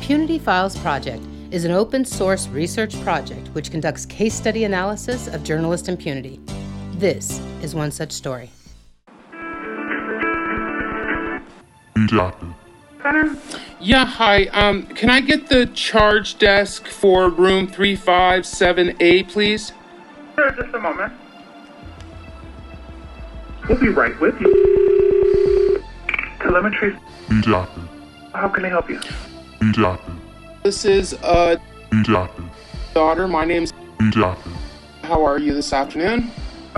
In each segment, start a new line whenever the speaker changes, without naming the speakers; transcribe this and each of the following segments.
Community Files Project is an open source research project which conducts case study analysis of journalist impunity. This is one such story.
Redacted.
Yeah, hi. Um, can I get the charge desk for room 357A, please?
Sure, just a moment. We'll be right with you. Telemetry,
Redacted.
how can I help you?
Redacted.
This is uh
Redacted.
daughter. My name's
Redacted.
How are you this afternoon?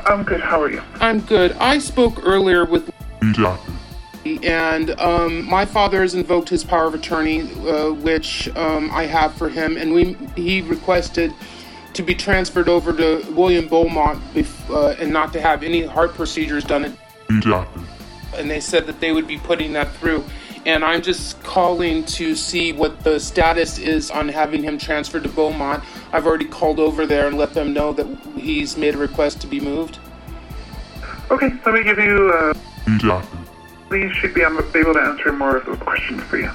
I'm good, how are you?
I'm good. I spoke earlier with
Redacted.
Lee, and um, my father has invoked his power of attorney, uh, which um, I have for him, and we he requested to be transferred over to William Beaumont bef- uh, and not to have any heart procedures done at
Redacted.
and they said that they would be putting that through. And I'm just calling to see what the status is on having him transferred to Beaumont. I've already called over there and let them know that he's made a request to be moved.
Okay, let me give you, uh,
Redacted.
Lee should be able to answer more of the questions for you.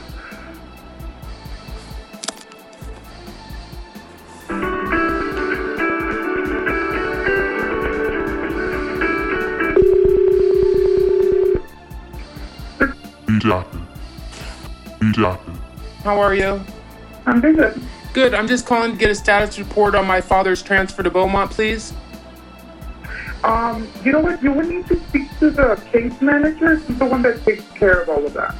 Redacted. Redacted.
How are you?
I'm doing good.
Good. I'm just calling to get a status report on my father's transfer to Beaumont, please.
Um, you know what, you would need to speak to the case manager, he's the one that takes care of all of that.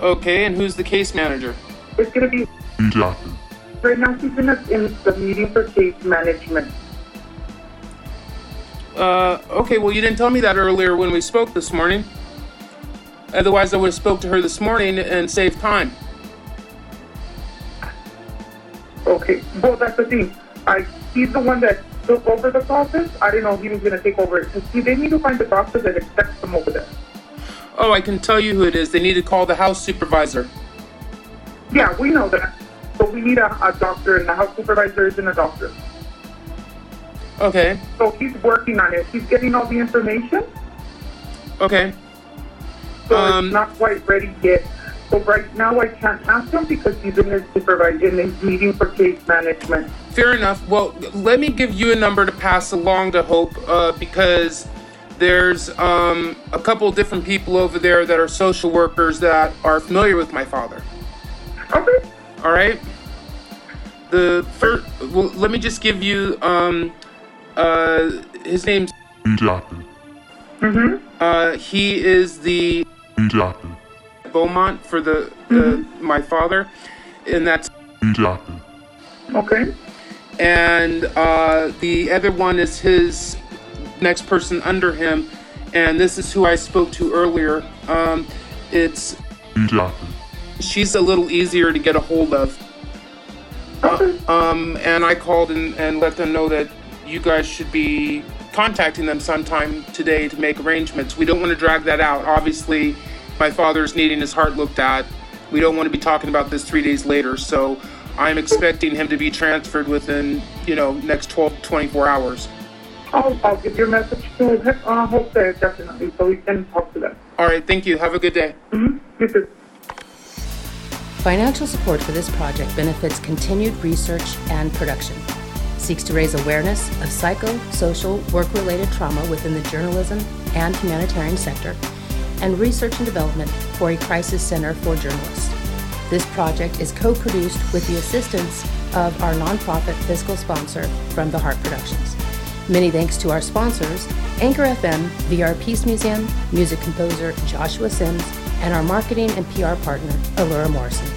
Okay, and who's the case manager?
It's gonna be,
Redacted.
right now he's in, a, in the meeting for case management.
Uh, okay, well, you didn't tell me that earlier when we spoke this morning. Otherwise, I would have spoke to her this morning and saved time.
Okay, well, that's the thing. I he's the one that took over the process. I didn't know he was gonna take over it. 'Cause He, they need to find a doctor that accepts them over there.
Oh, I can tell you who it is. They need to call the house supervisor.
Yeah, we know that. But we need a, a doctor, and the house supervisor isn't a doctor.
Okay.
So he's working on it. He's getting all the information,
Okay.
so
Um,
it's not quite ready yet. So right now I can't ask him because he's in his supervisor in his meeting for case management.
Fair enough. Well, let me give you a number to pass along to Hope uh, because there's um, a couple different people over there that are social workers that are familiar with my father.
Okay.
All right. The first. Well, let me just give you. Um, uh, his name's.
Redacted.
Uh, he is the
Redacted.
Beaumont for the, the my father, and that's
Redacted.
Okay.
and uh, the other one is his next person under him, and this is who I spoke to earlier. Um, it's
Redacted.
she's a little easier to get a hold of,
Okay.
um, and I called and, and let them know that you guys should be contacting them sometime today to make arrangements. We don't want to drag that out. Obviously, my father's needing his heart looked at. We don't want to be talking about this three days later, so I'm expecting him to be transferred within, you know, next 12, 24 hours.
I'll, I'll give your message to him. Uh, hope that definitely, so we can talk to them.
All right, thank you. Have a good day.
This is
Financial support for this project benefits continued research and production, seeks to raise awareness of psychosocial work related trauma within the journalism and humanitarian sector, and research and development for a crisis center for journalists. This project is co produced with the assistance of our nonprofit fiscal sponsor from the Heart Productions. Many thanks to our sponsors, Anchor FM, VR Peace Museum, music composer Joshua Sims, and our marketing and PR partner, Allura Morrison.